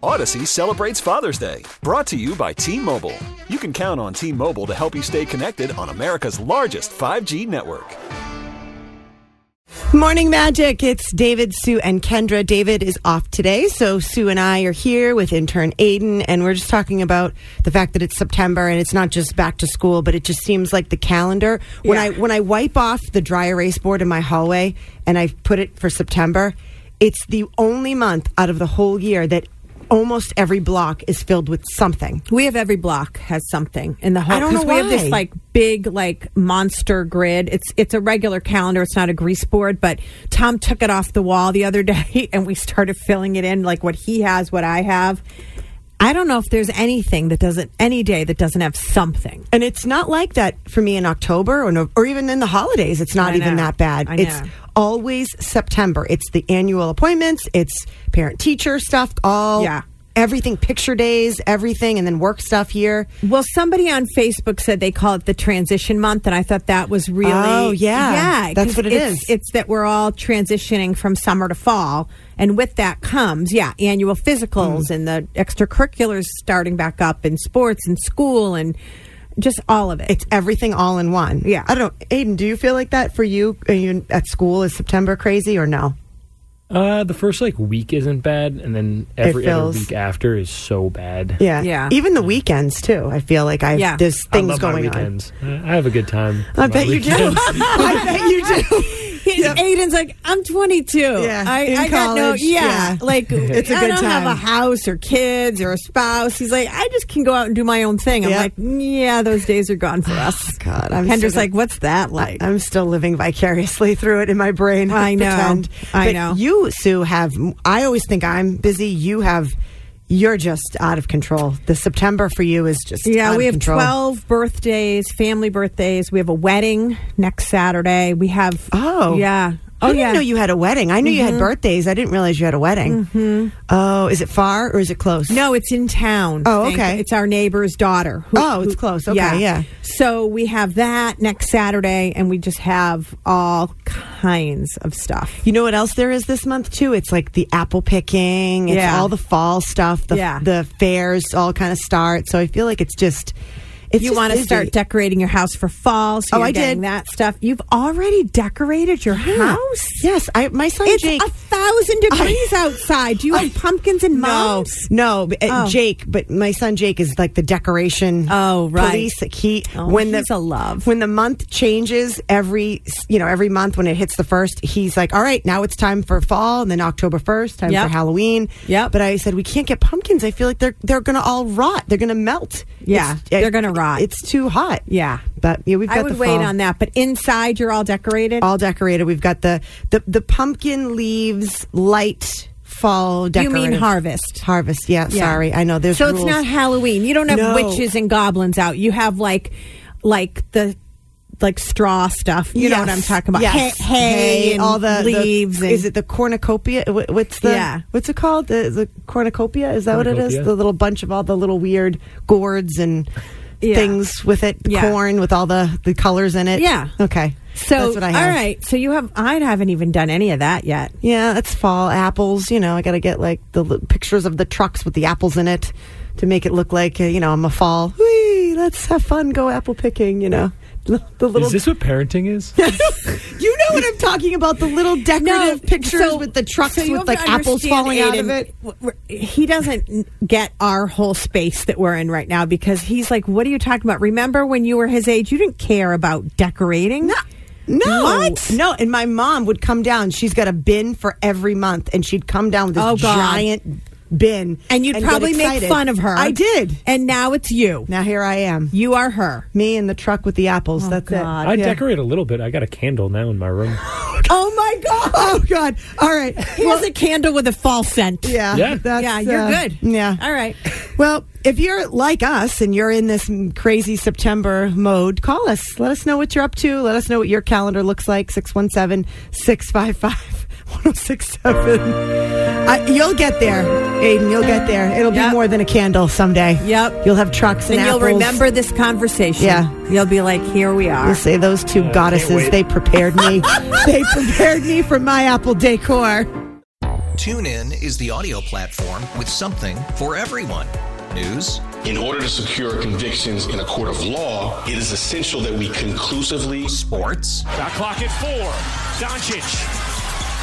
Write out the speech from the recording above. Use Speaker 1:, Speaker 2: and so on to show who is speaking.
Speaker 1: Odyssey celebrates Father's Day, brought to you by T Mobile. You can count on T Mobile to help you stay connected on America's largest 5G network.
Speaker 2: Morning Magic. It's David, Sue, and Kendra. David is off today, so Sue and I are here with intern Aiden, and we're just talking about the fact that it's September and it's not just back to school, but it just seems like the calendar. When I when I wipe off the dry erase board in my hallway and I put it for September, it's the only month out of the whole year that almost every block is filled with something.
Speaker 3: We have every block has something in the whole.
Speaker 2: I don't know
Speaker 3: because We have
Speaker 2: why.
Speaker 3: this like big like monster grid. It's it's a regular calendar. It's not a grease board. But Tom took it off the wall the other day, and we started filling it in like what he has, what I have. I don't know if there's anything that doesn't any day that doesn't have something.
Speaker 2: And it's not like that for me in October or, no, or even in the holidays. It's not
Speaker 3: I
Speaker 2: even
Speaker 3: know.
Speaker 2: that bad.
Speaker 3: I
Speaker 2: It's
Speaker 3: know.
Speaker 2: always September. It's the annual appointments, it's parent teacher stuff, all
Speaker 3: Yeah.
Speaker 2: everything, picture days, everything, and then work stuff here.
Speaker 3: Well, somebody on Facebook said they call it the transition month, and I thought that was really
Speaker 2: Oh, yeah.
Speaker 3: yeah.
Speaker 2: That's
Speaker 3: 'cause
Speaker 2: what it
Speaker 3: it's,
Speaker 2: is.
Speaker 3: It's that we're all transitioning from summer to fall, and with that comes yeah, annual physicals
Speaker 2: Mm.
Speaker 3: and the extracurriculars starting back up, and sports and school and just all of it.
Speaker 2: It's everything all in one.
Speaker 3: Yeah.
Speaker 2: I don't know. Aiden, do you feel like that for you, Are you at school? Is September crazy or no?
Speaker 4: Uh, the first like week isn't bad, and then every other
Speaker 2: feels-
Speaker 4: week after is so bad.
Speaker 2: Yeah.
Speaker 3: Yeah.
Speaker 2: Even the weekends, too. I feel like I've,
Speaker 3: Yeah.
Speaker 2: there's
Speaker 4: I
Speaker 2: things
Speaker 4: love my
Speaker 2: going on.
Speaker 4: weekends. Uh, I have a good time.
Speaker 2: I
Speaker 4: on my
Speaker 2: bet you do.
Speaker 4: weekends.
Speaker 2: I bet you do.
Speaker 3: Aiden's like, I'm 22.
Speaker 2: Yeah,
Speaker 3: I,
Speaker 2: in
Speaker 3: I got no,
Speaker 2: college, yeah.
Speaker 3: yeah, like
Speaker 2: It's a
Speaker 3: I
Speaker 2: good
Speaker 3: don't
Speaker 2: time.
Speaker 3: have a house or kids or a spouse. He's like, I just can go out and do my own thing. I'm
Speaker 2: Yep.
Speaker 3: like, yeah, those days are gone for us.
Speaker 2: God, I'm
Speaker 3: Kendra's
Speaker 2: so-
Speaker 3: like, what's that like?
Speaker 2: I'm still living vicariously through it in my brain.
Speaker 3: I know.
Speaker 2: Pretend.
Speaker 3: I
Speaker 2: But
Speaker 3: know.
Speaker 2: You, Sue, have. I always think I'm busy. You have. You're just out of control. The September for you is just out
Speaker 3: yeah,
Speaker 2: of
Speaker 3: we have
Speaker 2: control.
Speaker 3: 12 birthdays, family birthdays. We have a wedding next Saturday. We have
Speaker 2: Oh
Speaker 3: yeah,
Speaker 2: I
Speaker 3: oh
Speaker 2: didn't
Speaker 3: yeah. Mm-hmm.
Speaker 2: know you had a wedding. I knew you had birthdays. I didn't realize you had a wedding. Oh, is it far or is it close?
Speaker 3: No, it's in town.
Speaker 2: Oh,
Speaker 3: Thank-
Speaker 2: okay.
Speaker 3: It's our neighbor's daughter. who-
Speaker 2: Oh, it's
Speaker 3: who-
Speaker 2: close. Okay, yeah.
Speaker 3: So we have that next Saturday, and we just have all kinds of stuff.
Speaker 2: You know what else there is this month too? It's like the apple picking. It's
Speaker 3: Yeah.
Speaker 2: all the fall stuff. The
Speaker 3: Yeah.
Speaker 2: the fairs all kind of start. So I feel like it's just. It's
Speaker 3: you
Speaker 2: just
Speaker 3: want to
Speaker 2: busy.
Speaker 3: start decorating your house for fall. So
Speaker 2: Oh,
Speaker 3: you're
Speaker 2: I
Speaker 3: getting
Speaker 2: did.
Speaker 3: that stuff. You've already decorated your house.
Speaker 2: Yes, I my son
Speaker 3: It's
Speaker 2: Jake.
Speaker 3: a thousand degrees outside. Do you have pumpkins and mums?
Speaker 2: Oh, No, no, but, uh,
Speaker 3: Oh.
Speaker 2: Jake. But my son Jake is like the decoration.
Speaker 3: Oh, right.
Speaker 2: Police. Like he
Speaker 3: Oh,
Speaker 2: when the
Speaker 3: he's a love.
Speaker 2: when the month changes every you know every month when it hits the first, he's like, all right, now it's time for fall, and then October first, time
Speaker 3: Yep.
Speaker 2: for Halloween.
Speaker 3: Yep.
Speaker 2: But I said we can't get pumpkins. I feel like they're they're gonna all rot. They're gonna melt.
Speaker 3: Yeah,
Speaker 2: It's-
Speaker 3: they're
Speaker 2: it-
Speaker 3: gonna rot.
Speaker 2: It's too hot.
Speaker 3: Yeah.
Speaker 2: But yeah, we've got
Speaker 3: I would
Speaker 2: the Oh,
Speaker 3: wait
Speaker 2: fall
Speaker 3: on that. But inside, you're all decorated.
Speaker 2: all decorated. We've got the the, the pumpkin leaves light fall
Speaker 3: You mean
Speaker 2: decorative.
Speaker 3: harvest.
Speaker 2: Harvest, yeah,
Speaker 3: Yeah.
Speaker 2: Sorry, I know. There's
Speaker 3: so
Speaker 2: rules.
Speaker 3: it's not Halloween. You don't have
Speaker 2: No.
Speaker 3: witches and goblins out. You have like, like the. Like straw stuff, you know what I'm
Speaker 2: Yes,
Speaker 3: talking about.
Speaker 2: Yes.
Speaker 3: Hay, hay and
Speaker 2: all the
Speaker 3: leaves. and,
Speaker 2: is it the cornucopia? Wh- What's the
Speaker 3: Yeah.
Speaker 2: What's it called? The, the cornucopia? Is that what it is?
Speaker 4: Cornucopia.
Speaker 2: The little bunch of all the little weird gourds and
Speaker 3: Yeah.
Speaker 2: things with it. The
Speaker 3: Yeah.
Speaker 2: corn with all the the colors in it.
Speaker 3: Yeah.
Speaker 2: Okay.
Speaker 3: So
Speaker 2: that's what I have.
Speaker 3: all right. So you have. I haven't even done any of that yet.
Speaker 2: Yeah, that's fall apples. You know, I got to get like the li- pictures of the trucks with the apples in it to make it look like uh, you know I'm a fall. Whee, let's have fun, go apple picking. You know, L- the little.
Speaker 4: Is this what parenting is?
Speaker 2: you know what I'm talking about? The little decorative pictures
Speaker 3: so-
Speaker 2: with the trucks
Speaker 3: so you
Speaker 2: with
Speaker 3: have
Speaker 2: like
Speaker 3: to
Speaker 2: apples
Speaker 3: understand,
Speaker 2: falling out of
Speaker 3: Aiden,
Speaker 2: it.
Speaker 3: w- w- He doesn't n- get our whole space that we're in right now because he's like, "What are you talking about? Remember when you were his age? You didn't care about decorating."
Speaker 2: No,
Speaker 3: What?
Speaker 2: no. And my mom would come down. She's got a bin for every month, and she'd come down with this
Speaker 3: Oh, God.
Speaker 2: giant been.
Speaker 3: And you'd
Speaker 2: get
Speaker 3: probably make
Speaker 2: excited.
Speaker 3: fun of her.
Speaker 2: I did.
Speaker 3: And now it's you.
Speaker 2: Now here I am.
Speaker 3: You are her.
Speaker 2: Me in the truck with the apples. That's
Speaker 3: Oh, God.
Speaker 2: it.
Speaker 4: I
Speaker 2: Yeah.
Speaker 4: decorate a little bit. I got a candle now in my room.
Speaker 3: Oh my God.
Speaker 2: Oh God! All right.
Speaker 3: Here's a candle with a false scent.
Speaker 2: Yeah.
Speaker 4: Yeah.
Speaker 2: that's,
Speaker 3: yeah, you're
Speaker 2: uh,
Speaker 3: good.
Speaker 2: Yeah.
Speaker 3: All right.
Speaker 2: Well, if you're like us and you're in this m- crazy September mode, call us. Let us know what you're up to. Let us know what your calendar looks like. 617 655 1067. You'll get there, Aiden. You'll get there. It'll
Speaker 3: Yep.
Speaker 2: be more than a candle someday.
Speaker 3: Yep.
Speaker 2: You'll have trucks and
Speaker 3: And you'll
Speaker 2: apples.
Speaker 3: remember this conversation.
Speaker 2: Yeah.
Speaker 3: You'll be like, here we are.
Speaker 2: You'll say those two goddesses,
Speaker 4: wait.
Speaker 2: they prepared me. they prepared me for my apple decor.
Speaker 5: TuneIn is the audio platform with something for everyone. News,
Speaker 6: In order to secure convictions in a court of law, it is essential that we conclusively
Speaker 5: sports,
Speaker 7: Shot clock at four. Doncic.